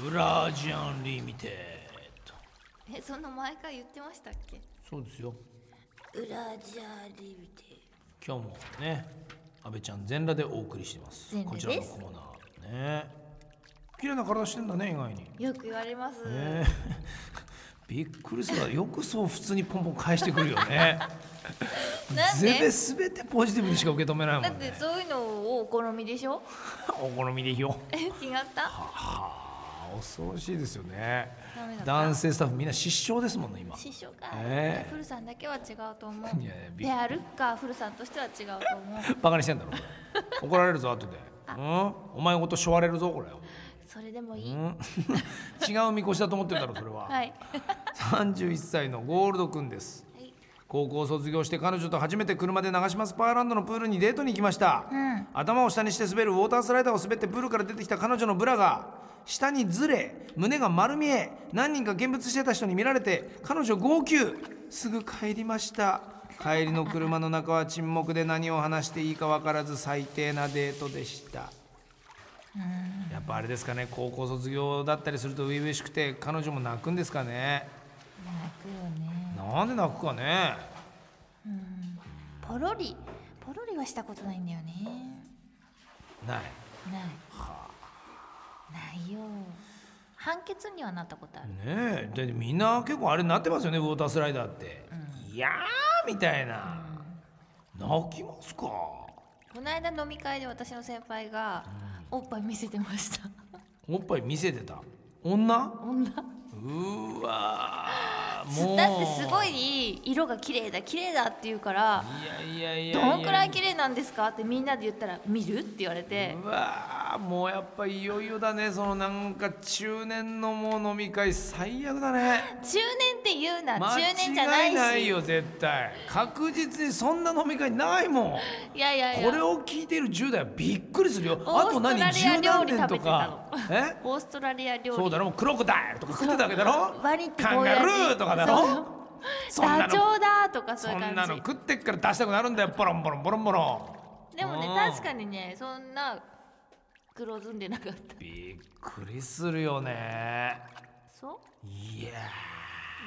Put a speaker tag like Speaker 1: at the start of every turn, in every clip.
Speaker 1: フラージアンリミテッド
Speaker 2: えそんな毎回言ってましたっけ
Speaker 1: そうですよ
Speaker 2: ウラジャーリビテ
Speaker 1: 今日もね安倍ちゃん全裸でお送りしてます
Speaker 2: 全
Speaker 1: こ
Speaker 2: 裸
Speaker 1: ちらの
Speaker 2: です
Speaker 1: コーナーね綺麗な体してんだね意外に
Speaker 2: よく言われます、
Speaker 1: ね びっくりするわよくそう普通にポンポン返してくるよね
Speaker 2: なん
Speaker 1: 全
Speaker 2: で
Speaker 1: 部全てポジティブにしか受け止めない
Speaker 2: だ
Speaker 1: も
Speaker 2: っ
Speaker 1: ん
Speaker 2: て
Speaker 1: ね
Speaker 2: そういうのをお好みでしょ
Speaker 1: お好みでいいよ
Speaker 2: え違った
Speaker 1: はあ恐ろしいですよね
Speaker 2: ダメだった
Speaker 1: 男性スタッフみんな失笑ですもんね今
Speaker 2: 師匠か、
Speaker 1: ええ
Speaker 2: 古さんだけは違うと思
Speaker 1: いやいや
Speaker 2: う
Speaker 1: び
Speaker 2: であるか古さんとしては違うと思う
Speaker 1: バカにしてんだろこれ怒られるぞ後でうんお前ごとしょわれるぞこれ
Speaker 2: それでもいい、
Speaker 1: うん違うみこしだと思ってるだろそれは、
Speaker 2: はい
Speaker 1: 31歳のゴールドくんです
Speaker 2: はい
Speaker 1: 高校を卒業して彼女と初めて車で長島スパーランドのプールにデートに行きました、
Speaker 2: ん
Speaker 1: 頭を下にして滑るウォータースライダーを滑ってプールから出てきた彼女のブラが下にずれ胸が丸見え何人か見物してた人に見られて彼女号泣すぐ帰りました帰りの車の中は沈黙で何を話していいか分からず最低なデートでしたやっぱあれですかね高校卒業だったりすると初々しくて彼女も泣くんですかね
Speaker 2: 泣くよね
Speaker 1: なんで泣くかね
Speaker 2: ポロリポロリはしたことないんだよね
Speaker 1: ない
Speaker 2: ないないよ判決にはなったことある、
Speaker 1: ねえでみんな結構あれなってますよねウォータースライダーって、いやーみたいな、泣きますか
Speaker 2: この間飲み会で私の先輩がおっぱい見せてました
Speaker 1: おっぱい見せてた女
Speaker 2: 女
Speaker 1: うーわーもう
Speaker 2: だってすごい色が綺麗だ綺麗だって言うから
Speaker 1: いやいやいや
Speaker 2: ど
Speaker 1: や
Speaker 2: のくらい綺麗なんですかってみんなで言ったら見るって言われて
Speaker 1: うわーもうやっぱいよいよだねそのなんか中年のもう飲み会最悪だね
Speaker 2: 中年って言うな中
Speaker 1: 間
Speaker 2: 年じゃない
Speaker 1: 違い
Speaker 2: し
Speaker 1: ないよ絶対確実にそんな飲み会ないもん
Speaker 2: いやいやいや
Speaker 1: これを聞いてる10代はびっくりするよ
Speaker 2: オ
Speaker 1: あ
Speaker 2: ー
Speaker 1: と
Speaker 2: ストラ
Speaker 1: 何
Speaker 2: リア
Speaker 1: 10何年とか
Speaker 2: 料理食べて
Speaker 1: え
Speaker 2: オーストラリア料理
Speaker 1: そうだろもうクロコダイルとか食ってたわけだろ
Speaker 2: ワニって
Speaker 1: カ
Speaker 2: こ
Speaker 1: ン
Speaker 2: う
Speaker 1: ガ
Speaker 2: やって
Speaker 1: ルーとかだろそ
Speaker 2: そうん
Speaker 1: な
Speaker 2: ダ
Speaker 1: の
Speaker 2: チョウだとかそう
Speaker 1: そ
Speaker 2: いうん
Speaker 1: な
Speaker 2: 感
Speaker 1: の
Speaker 2: じ
Speaker 1: 食ってっから出したくなるんだよボロンボロンボロンボロ
Speaker 2: でもね
Speaker 1: うん
Speaker 2: 確かにねそんな黒ずんでなかった
Speaker 1: ンびっくりするよね
Speaker 2: そう
Speaker 1: いや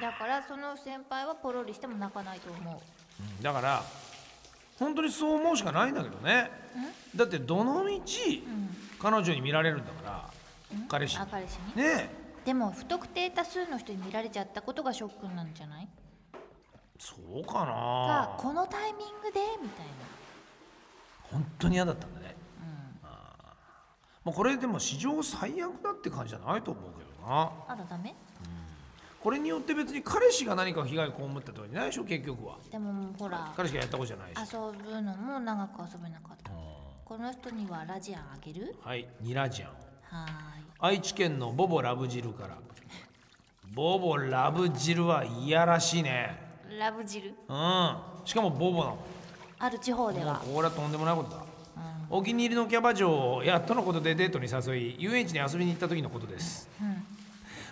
Speaker 2: だからその先輩はポロリしても泣かないと思う
Speaker 1: ーうんだから本当にそう思うしかないんだけどねだってどの道彼女に見られるんだから彼氏に
Speaker 2: あ彼氏に
Speaker 1: ねえ
Speaker 2: でも不特定多数の人に見られちゃったことがショックなんじゃない
Speaker 1: そうか
Speaker 2: が
Speaker 1: な
Speaker 2: このタイミングでみたい
Speaker 1: 本当に嫌だったんだね
Speaker 2: な、う、
Speaker 1: もうこれでも史上最悪だって感じじゃないと思うけどなん
Speaker 2: あらダメ
Speaker 1: これによって別に彼氏が何か被害被ったとかじゃないでしょ結局は
Speaker 2: でももうほら
Speaker 1: 彼氏がやったことじゃないし
Speaker 2: 遊ぶのも長く遊べなかった
Speaker 1: うん
Speaker 2: この人にはラジアンあげる
Speaker 1: はいニラジャン
Speaker 2: はーい
Speaker 1: 愛知県のボボラブ汁からボボラブ汁はいやらしいね
Speaker 2: ラブ汁
Speaker 1: うんしかもボボなの
Speaker 2: ある地方では、
Speaker 1: もうこれはとんでもないことだ
Speaker 2: うん
Speaker 1: お気に入りのキャバ嬢をやっとのことでデートに誘い遊園地に遊びに行った時のことです
Speaker 2: うん、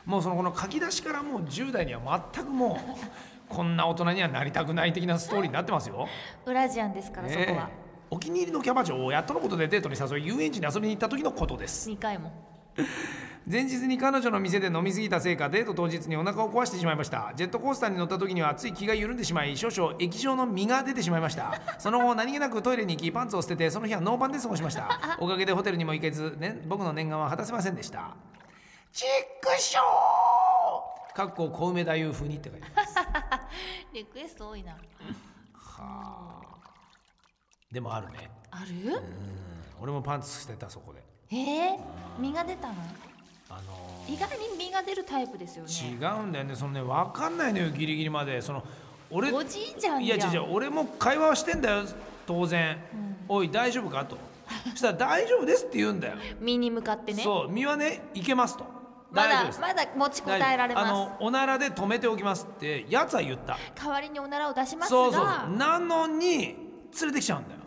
Speaker 1: もうそのこの書き出しからもう10代には全くもうこんな大人にはなりたくない的なストーリーになってますよ。
Speaker 2: ウラジアンですから、そこは
Speaker 1: ねえお気に入りのキャバ嬢をやっとのことでデートに誘い遊園地に遊びに行った時のことです
Speaker 2: 2回も
Speaker 1: 前日に彼女の店で飲み過ぎたせいかデート当日にお腹を壊してしまいましたジェットコースターに乗った時にはつい気が緩んでしまい少々液状の身が出てしまいましたその後何気なくトイレに行きパンツを捨ててその日はノーパンで過ごしましたおかげでホテルにも行けず、ね、僕の念願は果たせませんでしたチックショーかっこ小梅太夫風にって書いてあります
Speaker 2: リクエスト多いな
Speaker 1: でもあるね
Speaker 2: ある
Speaker 1: うん俺もパンツ捨てたそこで
Speaker 2: えー、身が出たの
Speaker 1: あの
Speaker 2: 意外に身が出るタイプですよ
Speaker 1: ー、違
Speaker 2: ね
Speaker 1: うんだよねそのね分かんないのよギリギリまでその俺
Speaker 2: おじいちゃん
Speaker 1: い
Speaker 2: じゃ
Speaker 1: や
Speaker 2: ん
Speaker 1: 違う違う俺も会話はしてんだよ当然、おい大丈夫かとそしたら大丈夫ですって言うんだよ、
Speaker 2: 身に向かってね
Speaker 1: そう身はねいけますと
Speaker 2: ま
Speaker 1: 大丈夫
Speaker 2: だ
Speaker 1: です
Speaker 2: まだ持ちこたえられ
Speaker 1: 大丈夫
Speaker 2: ま
Speaker 1: あのおならで止めておきますってやつは言った
Speaker 2: す代わりにおならを出しますが
Speaker 1: そうそうなのに連れてきちゃうんだよ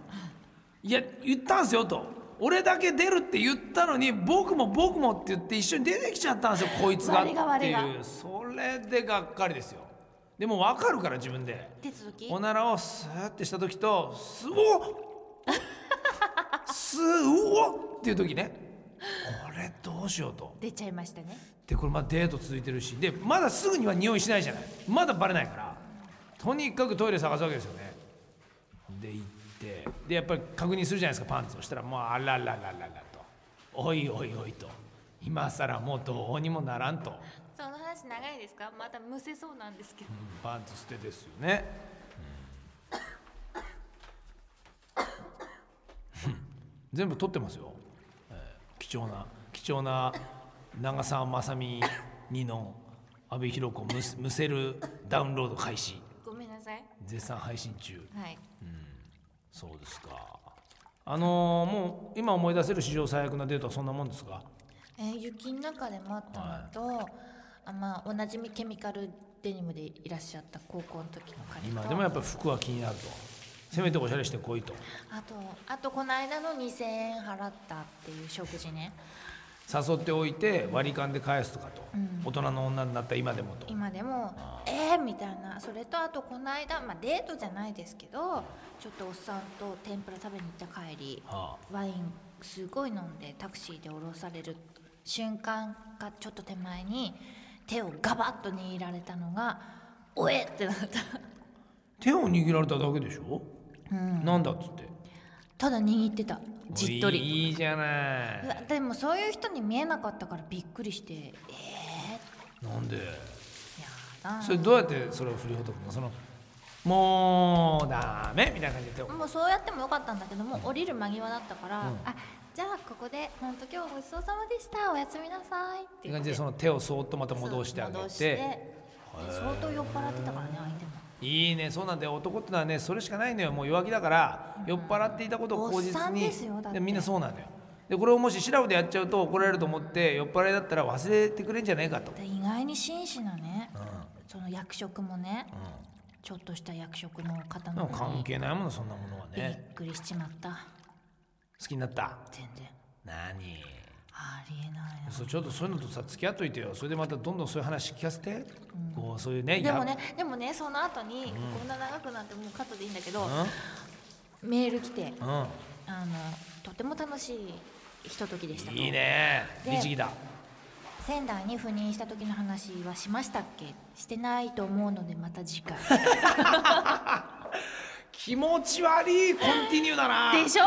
Speaker 1: いや言ったんすよと俺だけ出るって言ったのに僕も僕もって言って一緒に出てきちゃったんですよこいつがって
Speaker 2: 我が我が
Speaker 1: いうそれでがっかりですよでも分かるから自分で
Speaker 2: 出た時
Speaker 1: おならをスーってした時と スおスーうおっていう時ねこれどうしようと
Speaker 2: 出ちゃいましたね
Speaker 1: でこれまあデート続いてるしでまだすぐには匂いしないじゃないまだバレないからとにかくトイレ探すわけですよねで行ってでやっぱり確認するじゃないですかパンツをしたらもうあらららららとおいおいおいと今更もうどうにもならんと、うん
Speaker 2: その話長いですかまたむせそうなんですけど
Speaker 1: パンツ捨てですよね、うん全部取ってますよ、えー貴重な貴重な長澤まさみ2の阿部寛子むすむせるダウンロード開始
Speaker 2: ごめんなさい
Speaker 1: 絶賛配信中
Speaker 2: はい
Speaker 1: そうですかあのーもう今思い出せる史上最悪なデートはそんなもんですか
Speaker 2: えー雪の中で待ったのと、あまあおなじみケミカルデニムでいらっしゃった高校の時の彼と
Speaker 1: 今でもやっぱり服は気になるとせめておしゃれしてこいと
Speaker 2: あとあとこの間の2,000円払ったっていう食事ね
Speaker 1: 誘っておいて割り勘で返すとかと、大人の女になった今でもと
Speaker 2: 今でも「えー!」みたいなそれとあとこの間、まあ、デートじゃないですけどちょっとおっさんと天ぷら食べに行った帰り
Speaker 1: は
Speaker 2: ワインすごい飲んでタクシーで降ろされる瞬間がちょっと手前に手をガバッと握られたのが 「おえ!」ってなった
Speaker 1: 手を握られただけでしょ、なんだっつって
Speaker 2: ただ握ってたじっとり
Speaker 1: いいじゃな
Speaker 2: うわ
Speaker 1: い
Speaker 2: でもそういう人に見えなかったからびっくりしてえ
Speaker 1: なんで
Speaker 2: ー、やだ
Speaker 1: それどうやってそれを振りほどくのそのもうダメみたいな感じで手を
Speaker 2: もうそうやってもよかったんだけども降りる間際だったから、あじゃあここで本当今日ごちそうさまでしたおやすみなさいっ
Speaker 1: い
Speaker 2: て
Speaker 1: う
Speaker 2: 言っ
Speaker 1: 感じ
Speaker 2: て
Speaker 1: でその手をそーっとまた戻してあげ
Speaker 2: 戻してで相当酔っ払ってたからね相手も
Speaker 1: いいねそうなんだよ男ってのはねそれしかないのよもう弱気だから、酔っ払っていたことを口実に
Speaker 2: おっさんですよだって
Speaker 1: みんなそうなのよでこれをもしシラフでやっちゃうと怒られると思って酔っ払いだったら忘れてくれんじゃないかと、
Speaker 2: で意外に紳士なね、
Speaker 1: う
Speaker 2: その役職もね、ちょっとした役職の方
Speaker 1: ん、でも
Speaker 2: の子
Speaker 1: 関
Speaker 2: に
Speaker 1: 係ないものそんなものは
Speaker 2: びっ
Speaker 1: ね
Speaker 2: くりしちまった
Speaker 1: 好きになった
Speaker 2: 全然
Speaker 1: 何
Speaker 2: ありえないな
Speaker 1: そうちょっとそういうのとさ付き合っといてよそれでまたどんどんそういう話聞かせて、こうそういうね
Speaker 2: でも
Speaker 1: や
Speaker 2: ねでもねその後に、こんな長くなってもうカットでいいんだけど、
Speaker 1: う
Speaker 2: メール来て、
Speaker 1: ん、うん
Speaker 2: あのとても楽しいひとときでしたと
Speaker 1: いいね
Speaker 2: で
Speaker 1: 律儀だ
Speaker 2: 仙台に赴任した時の話はしましたっけしてないと思うのでまた次 回
Speaker 1: 気持ち悪いコンティニューだな
Speaker 2: でしょ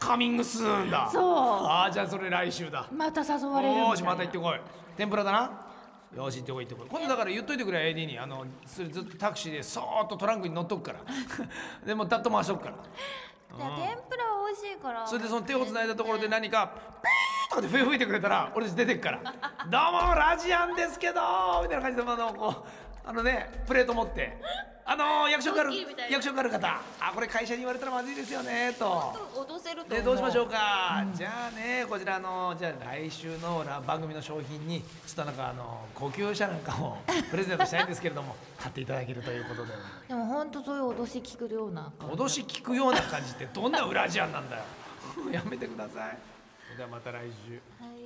Speaker 1: カミングスーンだ
Speaker 2: そう
Speaker 1: ああじゃあそれ来週だ
Speaker 2: また誘われるみたいな
Speaker 1: よーしまた行ってこい天ぷらだなよーし行ってこい行ってこい今度だから言っといてくれ AD にあのそれずっとタクシーでそーっとトランクに乗っとく からでもうダッと回しとくから
Speaker 2: じゃあ天ぷら美味しいから
Speaker 1: それでその手をつないだところで何かピーッとかで笛吹いてくれたら俺たち出てく から「どうもラジアンですけど」みたいな感じであのこうあのねプレート持って「あのー役職ある
Speaker 2: ドッキリみたいな
Speaker 1: 役職ある方あこれ会社に言われたらまずいですよね」と。
Speaker 2: 脅せると思
Speaker 1: で
Speaker 2: う
Speaker 1: どうしましょう
Speaker 2: か
Speaker 1: か、じゃあねこちらのじゃあ来週のな番組の商品にちょっとなんかあの高級車なんかをプレゼントしたいんですけれども買っていただけるということで
Speaker 2: でも本当そういう脅し聞くような
Speaker 1: 脅し聞くよう な感じってどんなウラジアンなんだよやめてくださいそれではまた来週。
Speaker 2: はい